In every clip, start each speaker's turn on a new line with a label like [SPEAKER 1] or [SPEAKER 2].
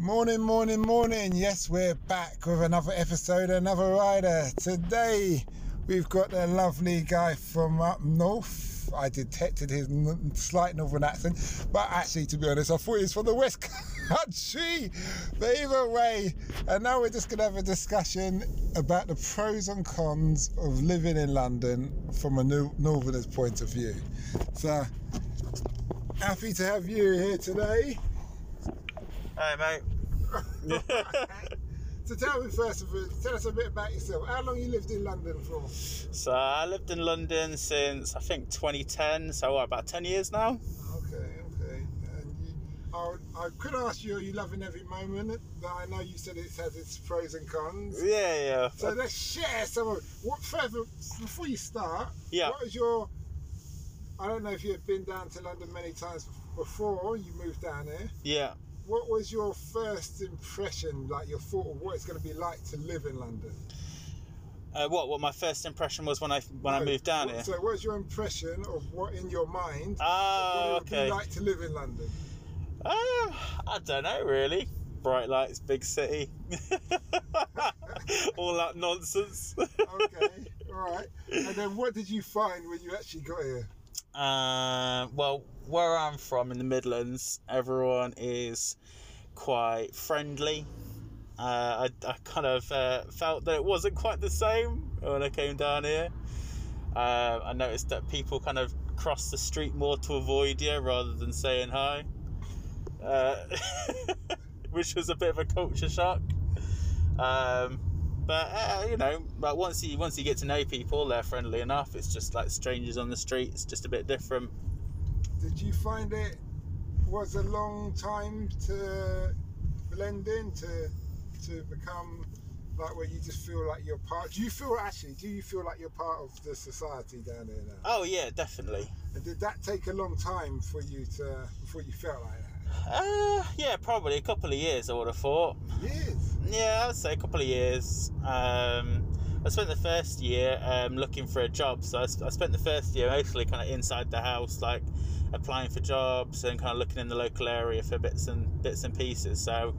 [SPEAKER 1] Morning, morning, morning. Yes, we're back with another episode, another rider. Today we've got the lovely guy from up north. I detected his n- slight northern accent, but actually, to be honest, I thought he was from the west country. But either way, and now we're just gonna have a discussion about the pros and cons of living in London from a new northerner's point of view. So happy to have you here today.
[SPEAKER 2] Hey mate.
[SPEAKER 1] So tell me first of all, tell us a bit about yourself. How long you lived in London for?
[SPEAKER 2] so I lived in London since I think 2010, so what, about 10 years now.
[SPEAKER 1] Okay, okay. And you, I, I could ask you, are you loving every moment? But I know you said it has its pros and cons.
[SPEAKER 2] Yeah,
[SPEAKER 1] So
[SPEAKER 2] yeah.
[SPEAKER 1] let's share some of what further before you start.
[SPEAKER 2] Yeah.
[SPEAKER 1] What is your? I don't know if you've been down to London many times before you moved down here.
[SPEAKER 2] Yeah.
[SPEAKER 1] What was your first impression, like your thought of what it's going to be like to live in London?
[SPEAKER 2] Uh, what what my first impression was when I when I
[SPEAKER 1] No,
[SPEAKER 2] moved down
[SPEAKER 1] what-
[SPEAKER 2] here.
[SPEAKER 1] So what was your impression of what in your mind?
[SPEAKER 2] Oh,
[SPEAKER 1] what it would
[SPEAKER 2] okay.
[SPEAKER 1] be
[SPEAKER 2] Um,
[SPEAKER 1] like to live in London?
[SPEAKER 2] I don't know really. Bright lights, big city. All that nonsense.
[SPEAKER 1] Okay, all right. And then what did you find when you actually got here?
[SPEAKER 2] Uh, well, where I'm from in the Midlands, everyone is quite friendly. Uh, I, I kind of uh, felt that it wasn't quite the same when I came down here. Uh, I noticed that people kind of cross the street more to avoid you rather than saying hi, uh, which was a bit of a culture shock. Um, but uh, you know, like once you once you get to know people, they're friendly enough. It's just like strangers on the street. It's just a bit different.
[SPEAKER 1] Did you find it was a long time to blend in to to become like where you just feel like you're part? Do you feel actually? Do you feel like you're part of the society down here now?
[SPEAKER 2] Oh yeah, definitely.
[SPEAKER 1] And did that take a long time for you to before you felt like that?
[SPEAKER 2] Uh, yeah, probably a couple of years. I would have thought.
[SPEAKER 1] Years.
[SPEAKER 2] Yeah, I'd say a couple of years. Um, I spent the first year um, looking for a job. So I, sp- I spent the first year mostly kind of inside the house, like applying for jobs and kind of looking in the local area for bits and bits and pieces. So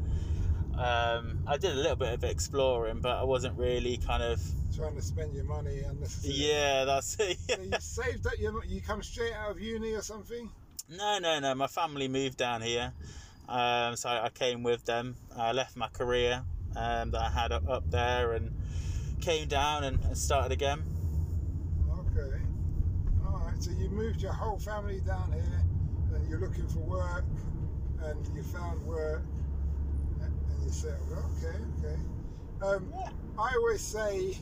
[SPEAKER 2] um, I did a little bit of exploring, but I wasn't really kind of
[SPEAKER 1] Trying to spend your money unnecessarily.
[SPEAKER 2] yeah. That's it.
[SPEAKER 1] So you saved up your you come straight out of uni or something?
[SPEAKER 2] No, no, no. My family moved down here, um, so I came with them. I left my career um, that I had up, up there and came down and, and started again.
[SPEAKER 1] Okay. Alright, so you moved your whole family down here and you're looking for work and you found work and you settled. Okay, okay. Um, I always say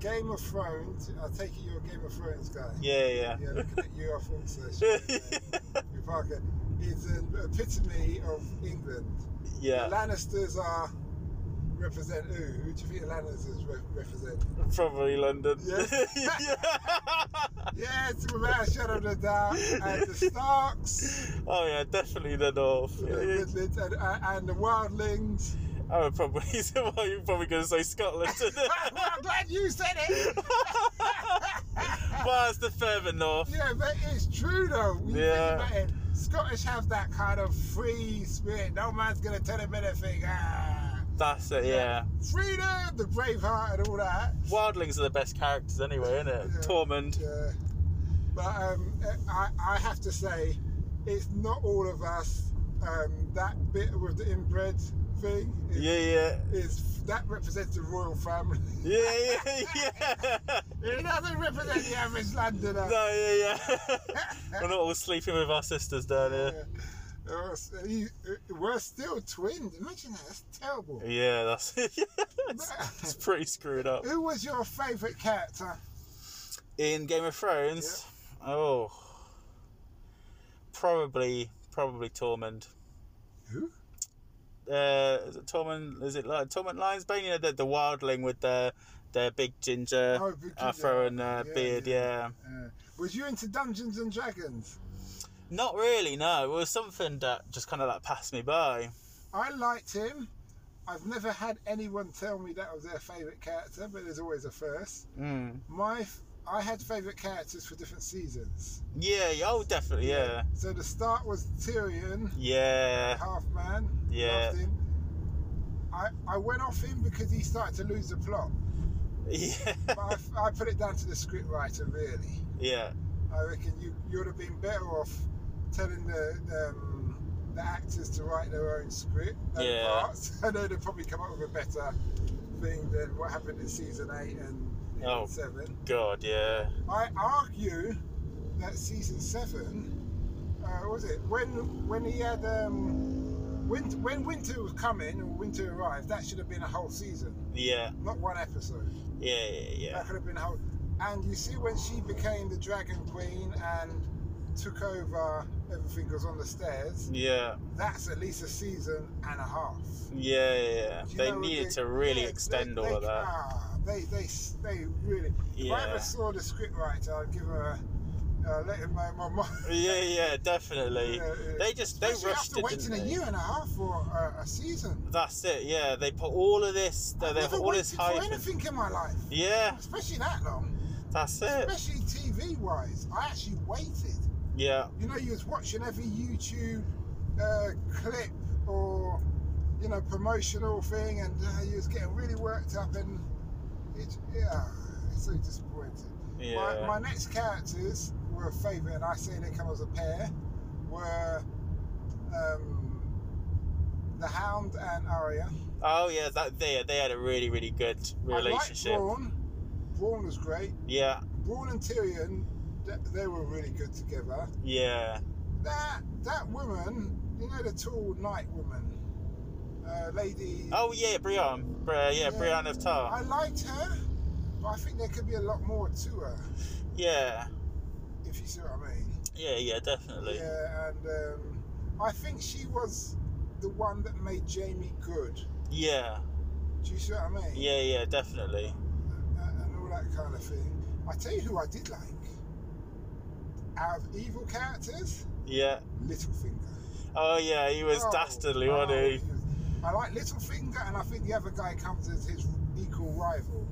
[SPEAKER 1] Game of Thrones, I take it you're a Game of Thrones guy.
[SPEAKER 2] Yeah, yeah.
[SPEAKER 1] Yeah, looking at you, I thought so.
[SPEAKER 2] yeah.
[SPEAKER 1] You're Parker. It's an epitome of England. The Lannisters are represent who? Who do you think the Lannisters re- represent?
[SPEAKER 2] Probably London.
[SPEAKER 1] Yeah. Yes, without a shadow of a doubt. And the Starks,
[SPEAKER 2] Oh yeah, definitely the North.
[SPEAKER 1] the
[SPEAKER 2] Yeah, yeah.
[SPEAKER 1] Midlands, and, and and the Wildlings.
[SPEAKER 2] I would probably. Well, you're probably going to say Scotland.
[SPEAKER 1] well, I'm glad you said it.
[SPEAKER 2] well, it's the further north.
[SPEAKER 1] Yeah, but it's true though. When you
[SPEAKER 2] Yeah.
[SPEAKER 1] think about it, Scottish have that kind of free spirit. No man's gonna tell them anything. Ah,
[SPEAKER 2] That's it. yeah.
[SPEAKER 1] freedom, the brave heart, and all that.
[SPEAKER 2] Wildlings are the best characters anyway, isn't it?
[SPEAKER 1] Yeah.
[SPEAKER 2] Tormund.
[SPEAKER 1] Yeah. But um, I, I have to say, it's not all of us. Um, that bit with the inbred thing is,
[SPEAKER 2] Yeah, yeah.
[SPEAKER 1] is that represents the royal family.
[SPEAKER 2] Yeah, yeah, yeah.
[SPEAKER 1] It doesn't represent the average Londoner.
[SPEAKER 2] no, yeah, yeah. We're not all sleeping with our sisters down here.
[SPEAKER 1] Uh, so he- uh, we're still twins. Imagine that. That's terrible.
[SPEAKER 2] Yeah, that's it's, it's pretty screwed up.
[SPEAKER 1] Who was your favourite character?
[SPEAKER 2] In Game of Thrones, oh, probably, probably Tormund.
[SPEAKER 1] Who?
[SPEAKER 2] uh, is it Torment? Is it like Torment Lionsbane? You know, the, the wildling with the the big ginger
[SPEAKER 1] Oh, Virginia.
[SPEAKER 2] afro and uh, beard. yeah.
[SPEAKER 1] yeah. Was you into Dungeons and Dragons?
[SPEAKER 2] Not really, no. It was something that just kind of like passed me by.
[SPEAKER 1] I liked him. I've never had anyone tell me that was their favourite character, but there's always a first.
[SPEAKER 2] Mm.
[SPEAKER 1] My, f- I had favourite characters for different seasons.
[SPEAKER 2] Yeah, yeah, oh, definitely, yeah.
[SPEAKER 1] So the start was Tyrion,
[SPEAKER 2] Yeah.
[SPEAKER 1] half man.
[SPEAKER 2] Yeah.
[SPEAKER 1] Loved him. I, I went off him because he started to lose the plot.
[SPEAKER 2] Yeah.
[SPEAKER 1] But I, f- I put it down to the scriptwriter, really.
[SPEAKER 2] Yeah.
[SPEAKER 1] I reckon you you would have been better off telling the um, the actors to write their own script, their
[SPEAKER 2] Yeah.
[SPEAKER 1] parts. I know they'd probably come up with a better thing than what happened in season eight and season
[SPEAKER 2] Oh.
[SPEAKER 1] seven.
[SPEAKER 2] God, yeah.
[SPEAKER 1] I argue that season seven uh, was it when when he had um, winter, when winter was coming or winter arrived. That should have been a whole season,
[SPEAKER 2] Yeah.
[SPEAKER 1] not one episode.
[SPEAKER 2] Yeah, yeah, yeah.
[SPEAKER 1] That could have been how. And you see, when she became the Dragon Queen and took over everything was on the stairs,
[SPEAKER 2] Yeah,
[SPEAKER 1] that's at least a season and a half.
[SPEAKER 2] yeah, yeah. yeah.
[SPEAKER 1] Do you
[SPEAKER 2] They
[SPEAKER 1] know what
[SPEAKER 2] needed
[SPEAKER 1] they-
[SPEAKER 2] to really
[SPEAKER 1] yeah,
[SPEAKER 2] extend
[SPEAKER 1] they-
[SPEAKER 2] all
[SPEAKER 1] they-
[SPEAKER 2] of that.
[SPEAKER 1] ah, they, they, they really. If I ever
[SPEAKER 2] Yeah.
[SPEAKER 1] saw the scriptwriter, I'd give her a. Uh, let him know my mind.
[SPEAKER 2] Yeah, yeah, definitely.
[SPEAKER 1] Yeah, yeah.
[SPEAKER 2] They just they
[SPEAKER 1] Especially
[SPEAKER 2] rushed
[SPEAKER 1] after
[SPEAKER 2] it.
[SPEAKER 1] waiting
[SPEAKER 2] Didn't
[SPEAKER 1] a
[SPEAKER 2] they?
[SPEAKER 1] year and a half for uh, a season.
[SPEAKER 2] That's it. Yeah, they put all of this. They,
[SPEAKER 1] I've
[SPEAKER 2] they
[SPEAKER 1] never
[SPEAKER 2] put all
[SPEAKER 1] waited
[SPEAKER 2] this hype.
[SPEAKER 1] for
[SPEAKER 2] in-
[SPEAKER 1] anything in my life,
[SPEAKER 2] Yeah,
[SPEAKER 1] especially that long,
[SPEAKER 2] that's it.
[SPEAKER 1] especially TV wise. I actually waited.
[SPEAKER 2] Yeah,
[SPEAKER 1] you know, you was watching every YouTube uh, clip or you know promotional thing, and uh, you was getting really worked up, and it, yeah, it's so disappointing.
[SPEAKER 2] yeah.
[SPEAKER 1] My, my next characters were a favourite, and I say they come as a pair. Were um, the Hound and Arya.
[SPEAKER 2] Oh yeah, that they they had a really really good
[SPEAKER 1] I
[SPEAKER 2] relationship.
[SPEAKER 1] liked Braun. Braun was great.
[SPEAKER 2] Yeah,
[SPEAKER 1] Braun and Tyrion, th- they were really good together.
[SPEAKER 2] yeah,
[SPEAKER 1] That that woman, you know, the tall knight woman, uh, lady.
[SPEAKER 2] Oh yeah, Brian. Bri- yeah,
[SPEAKER 1] Yeah.
[SPEAKER 2] Brian of
[SPEAKER 1] I
[SPEAKER 2] Tar.
[SPEAKER 1] liked her, but I think there could be a lot more to her,
[SPEAKER 2] Yeah,
[SPEAKER 1] if you see what I mean.
[SPEAKER 2] yeah, yeah, definitely. Yeah,
[SPEAKER 1] Yeah, and um, I think she was the one that made Jamie good.
[SPEAKER 2] yeah,
[SPEAKER 1] Do you see what I mean?
[SPEAKER 2] yeah, definitely.
[SPEAKER 1] A- and all that kind of thing. I tell you who I did like. Out of evil characters,
[SPEAKER 2] Yeah.
[SPEAKER 1] Littlefinger.
[SPEAKER 2] Oh yeah, he was
[SPEAKER 1] Oh,
[SPEAKER 2] dastardly,
[SPEAKER 1] oh,
[SPEAKER 2] wasn't he?
[SPEAKER 1] was- I like Littlefinger, and I think the other guy comes as his equal rival,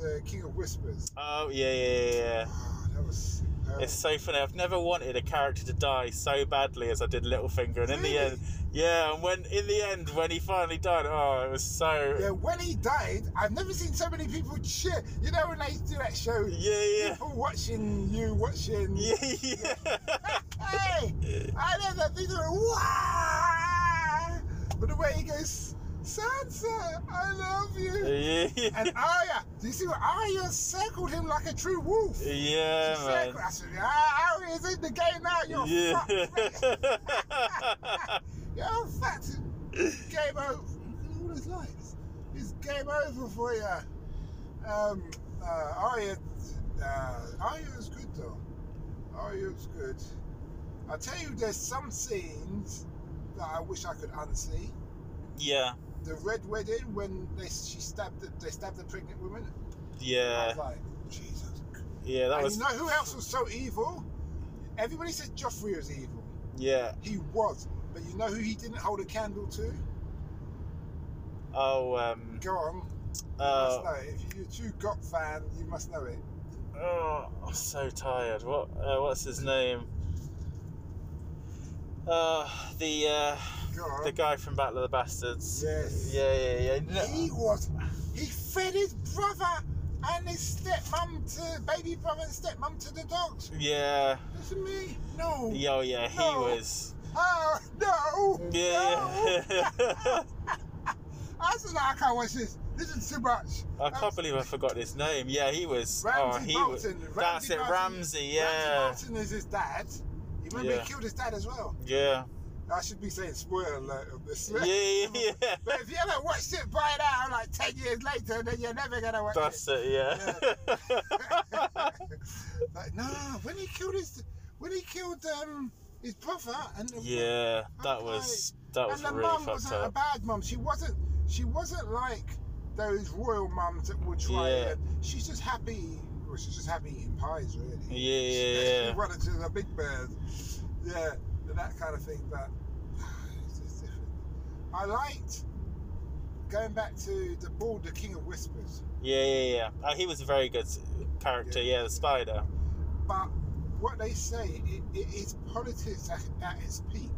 [SPEAKER 1] the King of Whispers.
[SPEAKER 2] Oh yeah, yeah, yeah. yeah.
[SPEAKER 1] Ah, that was. superb.
[SPEAKER 2] It's so funny. I've never wanted a character to die so badly as I did Littlefinger, and in the end, yeah. And when in the end, when he finally died, oh, it was so.
[SPEAKER 1] yeah, when he died, I've never seen so many people cheer. You know when they do that show,
[SPEAKER 2] Yeah,
[SPEAKER 1] people watching you watching.
[SPEAKER 2] yeah, yeah, yeah.
[SPEAKER 1] Hey, I know that people are wow, but the way he goes, Sansa, I love you.
[SPEAKER 2] yeah, yeah.
[SPEAKER 1] And Arya, do you see what Arya circled him like a true wolf?
[SPEAKER 2] Yeah, man.
[SPEAKER 1] I said, ah, Harry is in the game now. You're
[SPEAKER 2] Yeah.
[SPEAKER 1] fucked. mate. You're fucked. Game over. Look at all those lights. It's game over for you. Um, uh, Arya, uh, Arya was good though. Arya was good. I tell you, there's some scenes that I wish I could unsee.
[SPEAKER 2] yeah,
[SPEAKER 1] The red wedding when they she stabbed the, they stabbed the pregnant woman. I
[SPEAKER 2] yeah,
[SPEAKER 1] was like, Jesus.
[SPEAKER 2] yeah. That
[SPEAKER 1] and
[SPEAKER 2] was
[SPEAKER 1] you know who else was so evil? Everybody said Joffrey was evil.
[SPEAKER 2] yeah.
[SPEAKER 1] He was. But you know who he didn't hold a candle to?
[SPEAKER 2] Oh, um,
[SPEAKER 1] Go on. You must
[SPEAKER 2] oh,
[SPEAKER 1] know it. If you're a true GOT fan, you must know it.
[SPEAKER 2] oh, I'm so tired. What? Uh, what's
[SPEAKER 1] Hmm.
[SPEAKER 2] his name? Uh, the uh,
[SPEAKER 1] Go on.
[SPEAKER 2] the guy from Battle of the Bastards.
[SPEAKER 1] Yes.
[SPEAKER 2] Yeah, yeah, yeah.
[SPEAKER 1] He
[SPEAKER 2] No-
[SPEAKER 1] was. He fed his brother and his stepmom to baby brother and stepmom to the dogs.
[SPEAKER 2] yeah.
[SPEAKER 1] Listen to me. No.
[SPEAKER 2] Yeah, Oh, yeah. He
[SPEAKER 1] No.
[SPEAKER 2] was.
[SPEAKER 1] Oh no.
[SPEAKER 2] Yeah.
[SPEAKER 1] No.
[SPEAKER 2] yeah.
[SPEAKER 1] I said I can't watch this. This is too much.
[SPEAKER 2] I can't believe I forgot his name. Yeah, he was. oh,
[SPEAKER 1] Ramsay
[SPEAKER 2] he
[SPEAKER 1] Bolton.
[SPEAKER 2] was.
[SPEAKER 1] Ramsay
[SPEAKER 2] That's it,
[SPEAKER 1] Bolton.
[SPEAKER 2] Ramsey. Yeah.
[SPEAKER 1] Ramsay Bolton is his dad. You remember
[SPEAKER 2] Yeah.
[SPEAKER 1] he killed his dad as well.
[SPEAKER 2] Yeah.
[SPEAKER 1] I should be saying spoiler alert of this.
[SPEAKER 2] Yeah, yeah, yeah.
[SPEAKER 1] But if you haven't watched it by now, like 10 years later, then you're never going to watch
[SPEAKER 2] That's
[SPEAKER 1] it.
[SPEAKER 2] it. Yeah.
[SPEAKER 1] like, nah, when he killed his. When he killed um, his brother and the,
[SPEAKER 2] Yeah, that
[SPEAKER 1] Okay.
[SPEAKER 2] was that was
[SPEAKER 1] and the
[SPEAKER 2] really
[SPEAKER 1] mum
[SPEAKER 2] fucked
[SPEAKER 1] wasn't a
[SPEAKER 2] up.
[SPEAKER 1] bad mum. She wasn't. She wasn't like those royal mums that would try.
[SPEAKER 2] Yeah.
[SPEAKER 1] And she's just happy. Well, she's just happy eating pies, really.
[SPEAKER 2] Yeah, yeah,
[SPEAKER 1] She-
[SPEAKER 2] yeah.
[SPEAKER 1] She wanted to the big bird. Yeah, and that kind of thing. But it's just different. I liked going back to the ball, the King of Whispers.
[SPEAKER 2] Yeah, yeah, yeah. Uh, he was a very good s- character. Yeah, the spider.
[SPEAKER 1] But what they say, it, it is politics at, at its peak.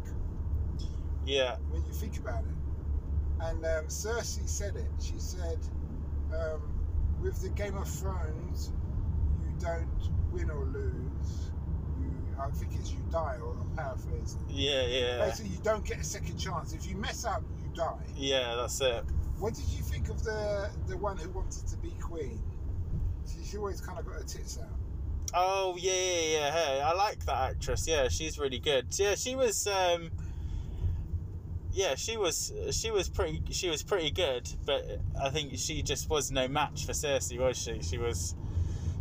[SPEAKER 2] Yeah,
[SPEAKER 1] when you think about it. And um, Cersei said it. She said, um, with the Game of Thrones, you don't win or lose. You, I think it's you die, or I'm paraphrasing.
[SPEAKER 2] yeah, yeah,
[SPEAKER 1] Basically, you don't get a second chance. If you mess up, you die.
[SPEAKER 2] yeah. That's it.
[SPEAKER 1] What did you think of the the one who wanted to be queen? She, she always kind of got her tits out.
[SPEAKER 2] Oh yeah, yeah, yeah. Hey, I like that actress. Yeah, she's really good. Yeah, she was. Um, yeah, she was. She was pretty. She was pretty good, but I think she just was no match for Cersei, was she? She was.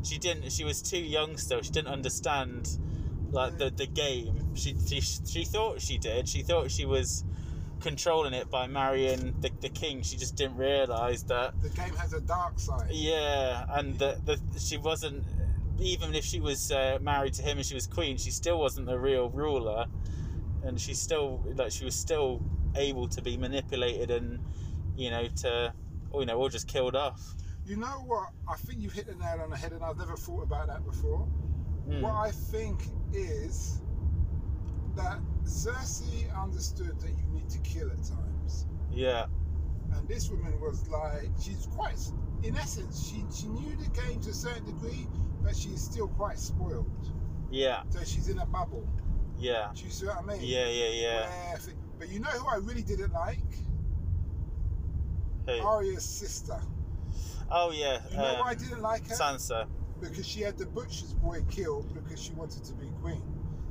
[SPEAKER 2] She didn't. She was too young still. She didn't understand, like the the game. She she, she thought she did. She thought she was controlling it by marrying the, the king. She just didn't realize that
[SPEAKER 1] The game has a dark side.
[SPEAKER 2] yeah, and the, the, she wasn't. Even if she was uh, married to him and she was queen, she still wasn't the real ruler, and she still like she was still able to be manipulated and you know to or you know or just killed off.
[SPEAKER 1] You know what? I think you've hit the nail on the head, and I've never thought about that before.
[SPEAKER 2] Mm.
[SPEAKER 1] What I think is that Cersei understood that you need to kill at times.
[SPEAKER 2] Yeah,
[SPEAKER 1] And this woman was like, she's quite, in essence, she, she knew the game to a certain degree, but she's still quite spoiled.
[SPEAKER 2] yeah,
[SPEAKER 1] So she's in a bubble.
[SPEAKER 2] yeah,
[SPEAKER 1] Do you see what I mean?
[SPEAKER 2] yeah, yeah, yeah.
[SPEAKER 1] Where- but you know who I really didn't like?
[SPEAKER 2] Who?
[SPEAKER 1] Arya's sister.
[SPEAKER 2] Oh yeah,
[SPEAKER 1] You know why I
[SPEAKER 2] um,
[SPEAKER 1] didn't like her?
[SPEAKER 2] Sansa.
[SPEAKER 1] because she had the butcher's boy killed because she wanted to be queen.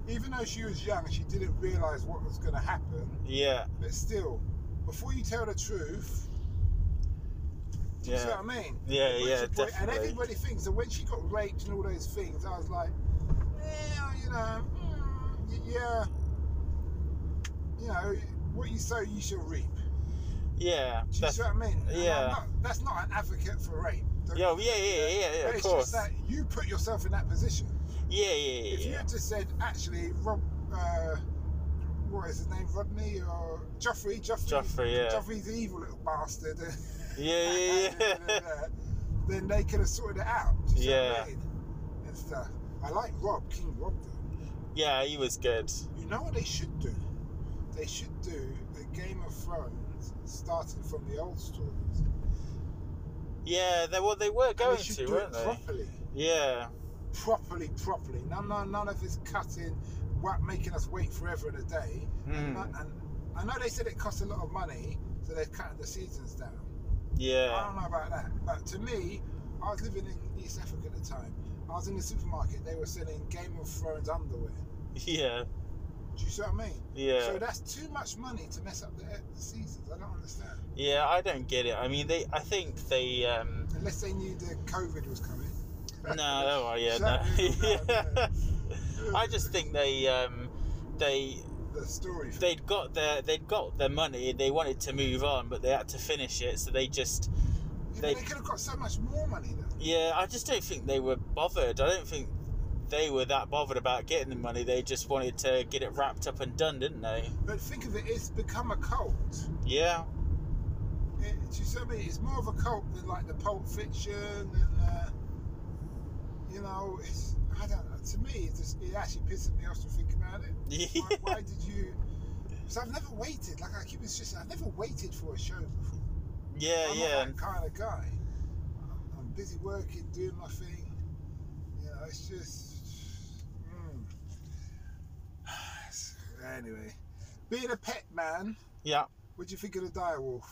[SPEAKER 1] Even though she was young, she didn't realize what was going to happen.
[SPEAKER 2] Yeah,
[SPEAKER 1] But still, before you tell the truth, do you see
[SPEAKER 2] yeah,
[SPEAKER 1] what I mean?
[SPEAKER 2] Yeah,
[SPEAKER 1] The butcher's
[SPEAKER 2] yeah,
[SPEAKER 1] boy- And
[SPEAKER 2] definitely.
[SPEAKER 1] everybody thinks that when she got raped and all those things, I was like, yeah, you know, mm, y- yeah, you know, what you sow, you shall reap.
[SPEAKER 2] yeah.
[SPEAKER 1] Do you
[SPEAKER 2] That's,
[SPEAKER 1] see what I mean? And I'm
[SPEAKER 2] yeah.
[SPEAKER 1] not- that's not an advocate for rape. Don't-
[SPEAKER 2] yeah, yeah, yeah, yeah, yeah.
[SPEAKER 1] but
[SPEAKER 2] Of
[SPEAKER 1] it's
[SPEAKER 2] course.
[SPEAKER 1] just that you put yourself in that position.
[SPEAKER 2] Yeah, yeah, yeah,
[SPEAKER 1] If you
[SPEAKER 2] yeah.
[SPEAKER 1] had just said, actually, Rob, uh, what is his name, Rodney or Joffrey, Joffrey,
[SPEAKER 2] Joffrey, yeah.
[SPEAKER 1] Joffrey's the evil little bastard.
[SPEAKER 2] Yeah, yeah, yeah.
[SPEAKER 1] then they could have sorted it out. do you see what I
[SPEAKER 2] Yeah.
[SPEAKER 1] mean? And stuff. I like Rob, King Rob. Though.
[SPEAKER 2] yeah, he was good.
[SPEAKER 1] You know what they should do? They should do a Game of Thrones starting from the old stories.
[SPEAKER 2] Yeah, they well they were going
[SPEAKER 1] they should
[SPEAKER 2] to,
[SPEAKER 1] do it
[SPEAKER 2] weren't they?
[SPEAKER 1] properly.
[SPEAKER 2] Yeah,
[SPEAKER 1] properly, properly. None, none, none of this cutting, what making us wait forever and a day. And,
[SPEAKER 2] Hmm.
[SPEAKER 1] and I know they said it costs a lot of money, so they're cutting the seasons down. I
[SPEAKER 2] yeah,
[SPEAKER 1] don't know about that, but to me, I was living in East Africa at the time. I was in the supermarket. They were selling Game of Thrones underwear.
[SPEAKER 2] yeah,
[SPEAKER 1] Do you see what I mean?
[SPEAKER 2] yeah,
[SPEAKER 1] So that's too much money to mess up the, eh, the seasons. I don't understand.
[SPEAKER 2] yeah. I don't get it. I mean, they. I think they. Um,
[SPEAKER 1] Unless they knew the COVID was coming.
[SPEAKER 2] no, no, well, yeah, no.
[SPEAKER 1] Exactly, no,
[SPEAKER 2] I just think they. Um, they
[SPEAKER 1] The story.
[SPEAKER 2] they'd got their they'd got their money. They wanted to move on, but they had to finish it. So they just
[SPEAKER 1] Yeah, but
[SPEAKER 2] they-
[SPEAKER 1] they could have got so much more money then.
[SPEAKER 2] yeah. I just don't think they were bothered. I don't think they were that bothered about getting the money. They just wanted to get it wrapped up and done, didn't they?
[SPEAKER 1] But think of it, it's become a cult.
[SPEAKER 2] Yeah,
[SPEAKER 1] It, do you see what I mean? It's more of a cult than like the Pulp Fiction and, uh, you know, it's, I don't know. To me, it, just, it actually pisses me off to think about it. Why, why did you. So I've never waited, like I keep insisting, I've never waited for a show before.
[SPEAKER 2] yeah,
[SPEAKER 1] I'm
[SPEAKER 2] yeah.
[SPEAKER 1] not that kind of guy. I'm- I'm busy working, doing my thing. You know, it's just. Mm. Anyway, being a pet man,
[SPEAKER 2] Yeah.
[SPEAKER 1] what do you think of the direwolf?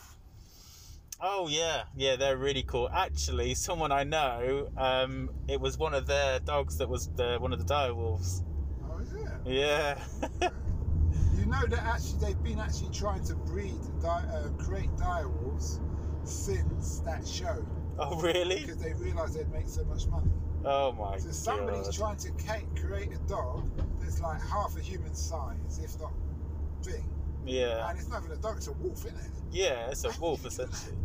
[SPEAKER 2] Oh yeah, yeah, they're really cool. Actually, someone I know, um, it was one of their dogs that was the, one of the direwolves.
[SPEAKER 1] Oh, is it?
[SPEAKER 2] Yeah,
[SPEAKER 1] You know that actually they've been actually trying to breed, di- uh, create direwolves since that show
[SPEAKER 2] oh really?
[SPEAKER 1] because they realised they'd make so much money.
[SPEAKER 2] Oh my
[SPEAKER 1] So somebody's
[SPEAKER 2] god.
[SPEAKER 1] trying to ca- create a dog that's like half a human size, if not big.
[SPEAKER 2] yeah.
[SPEAKER 1] And it's not even a dog, it's a wolf, isn't it?
[SPEAKER 2] Yeah, it's a wolf essentially.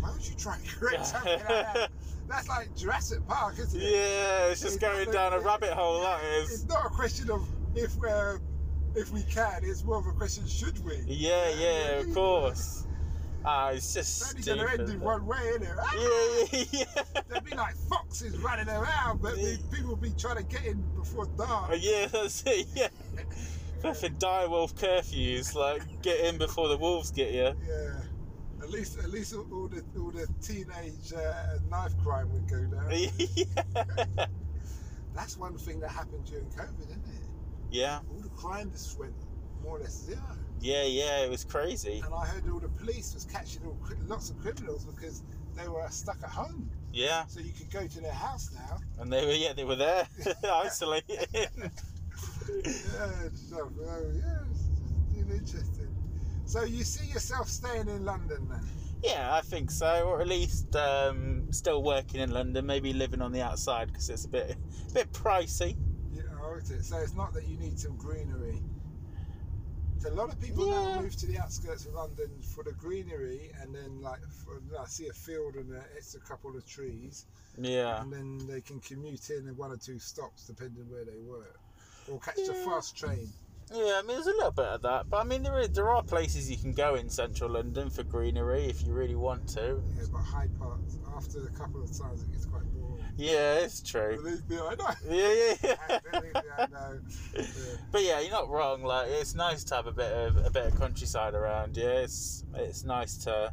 [SPEAKER 1] Why would you try and create something like that? That's like Jurassic Park, isn't it?
[SPEAKER 2] Yeah, it's just going down a rabbit hole, that
[SPEAKER 1] It's
[SPEAKER 2] is.
[SPEAKER 1] not a question of if we're if we can. It's more of a question: should we?
[SPEAKER 2] Yeah, yeah, of course. Ah, it's just
[SPEAKER 1] It's only going to end in
[SPEAKER 2] stupid.
[SPEAKER 1] one way, innit? Ah!
[SPEAKER 2] Yeah, yeah, yeah.
[SPEAKER 1] There'd be like foxes running around, but the people would be trying to get in before
[SPEAKER 2] Oh,
[SPEAKER 1] dark.
[SPEAKER 2] yeah, that's it. Yeah. Flipping dire wolf curfews, like get in before the wolves get you.
[SPEAKER 1] Yeah. At least, at least all all the all the teenage uh, knife crime would go down.
[SPEAKER 2] yeah.
[SPEAKER 1] That's one thing that happened during COVID, isn't it?
[SPEAKER 2] yeah,
[SPEAKER 1] All the crime just went more or less zero.
[SPEAKER 2] yeah, yeah. It was crazy.
[SPEAKER 1] And I heard all the police was catching all cri- lots of criminals because they were stuck at home.
[SPEAKER 2] Yeah,
[SPEAKER 1] So you could go to their house now.
[SPEAKER 2] and they were yeah they were there isolated.
[SPEAKER 1] Yeah, it's not- well, yeah, it's just been interesting. So you see yourself staying in London then?
[SPEAKER 2] yeah, I think so, or at least um, still working in London, maybe living on the outside because it's a bit a bit pricey.
[SPEAKER 1] Yeah, I liked it. So it's not that you need some greenery. So a lot of people now
[SPEAKER 2] Yeah.
[SPEAKER 1] move to the outskirts of London for the greenery, and then like for, I see a field and uh, it's a couple of trees,
[SPEAKER 2] Yeah,
[SPEAKER 1] and then they can commute in in one or two stops depending where they work, or catch the
[SPEAKER 2] Yeah.
[SPEAKER 1] fast train.
[SPEAKER 2] yeah. I mean, there's a little bit of that, but I mean, there is, there are places you can go in central London for greenery if you really want to.
[SPEAKER 1] Yeah, but Hyde Park after a couple of times it gets quite boring.
[SPEAKER 2] Yeah, it's true.
[SPEAKER 1] Believe me, I know.
[SPEAKER 2] Yeah, yeah, yeah.
[SPEAKER 1] Believe me, I know. Yeah.
[SPEAKER 2] But yeah, you're not wrong. Like it's nice to have a bit of a bit of countryside around. Yeah, it's it's nice to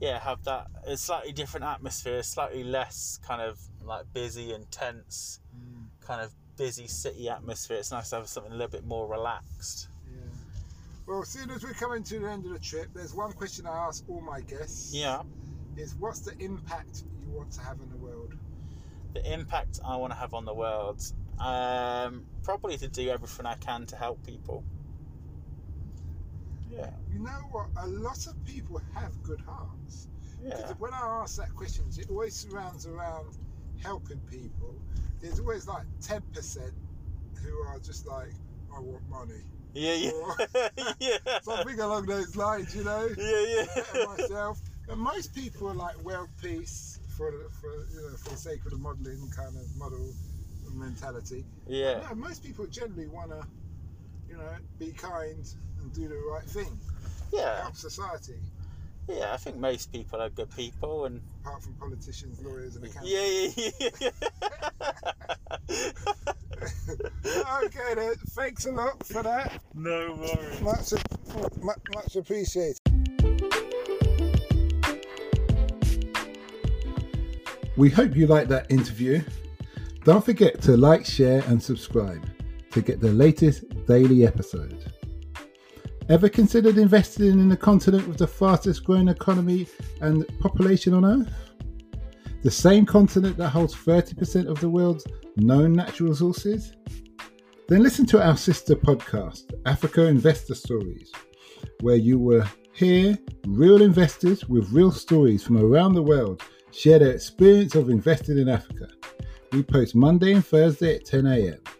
[SPEAKER 2] yeah have that a slightly different atmosphere, slightly less kind of like busy and tense,
[SPEAKER 1] Mm,
[SPEAKER 2] kind of busy city atmosphere. It's nice to have something a little bit more relaxed.
[SPEAKER 1] yeah. Well, soon as we're coming to the end of the trip, there's one question I ask all my guests.
[SPEAKER 2] Yeah,
[SPEAKER 1] is what's the impact you want to have in the world?
[SPEAKER 2] the impact I want to have on the world, um, probably to do everything I can to help people. Yeah,
[SPEAKER 1] You know what? A lot of people have good hearts. 'Cause
[SPEAKER 2] yeah,
[SPEAKER 1] when I ask that question, it always surrounds around helping people. There's always like 10% who are just like, I want money.
[SPEAKER 2] yeah, yeah, yeah,
[SPEAKER 1] Something along those lines, you know?
[SPEAKER 2] yeah,
[SPEAKER 1] Better
[SPEAKER 2] yeah.
[SPEAKER 1] myself. And most people are like world peace for, for, you know, for the sake of the modelling kind of model mentality.
[SPEAKER 2] Yeah.
[SPEAKER 1] No, most people generally want to, you know, be kind and do the right thing,
[SPEAKER 2] Yeah,
[SPEAKER 1] help society.
[SPEAKER 2] yeah. I think most people are good people, and
[SPEAKER 1] Apart from politicians, lawyers, and accountants.
[SPEAKER 2] yeah, yeah, yeah.
[SPEAKER 1] okay, then. Thanks a lot for that.
[SPEAKER 2] no worries.
[SPEAKER 1] Much, much, much appreciated.
[SPEAKER 3] We hope you liked that interview. Don't forget to like, share, and subscribe to get the latest daily episode. Ever considered investing in the continent with the fastest growing economy and population on Earth? The same continent that holds 30% of the world's known natural resources? Then listen to our sister podcast, Africa Investor Stories, where you will hear real investors with real stories from around the world share their experience of investing in Africa. We post Monday and Thursday at 10 a.m.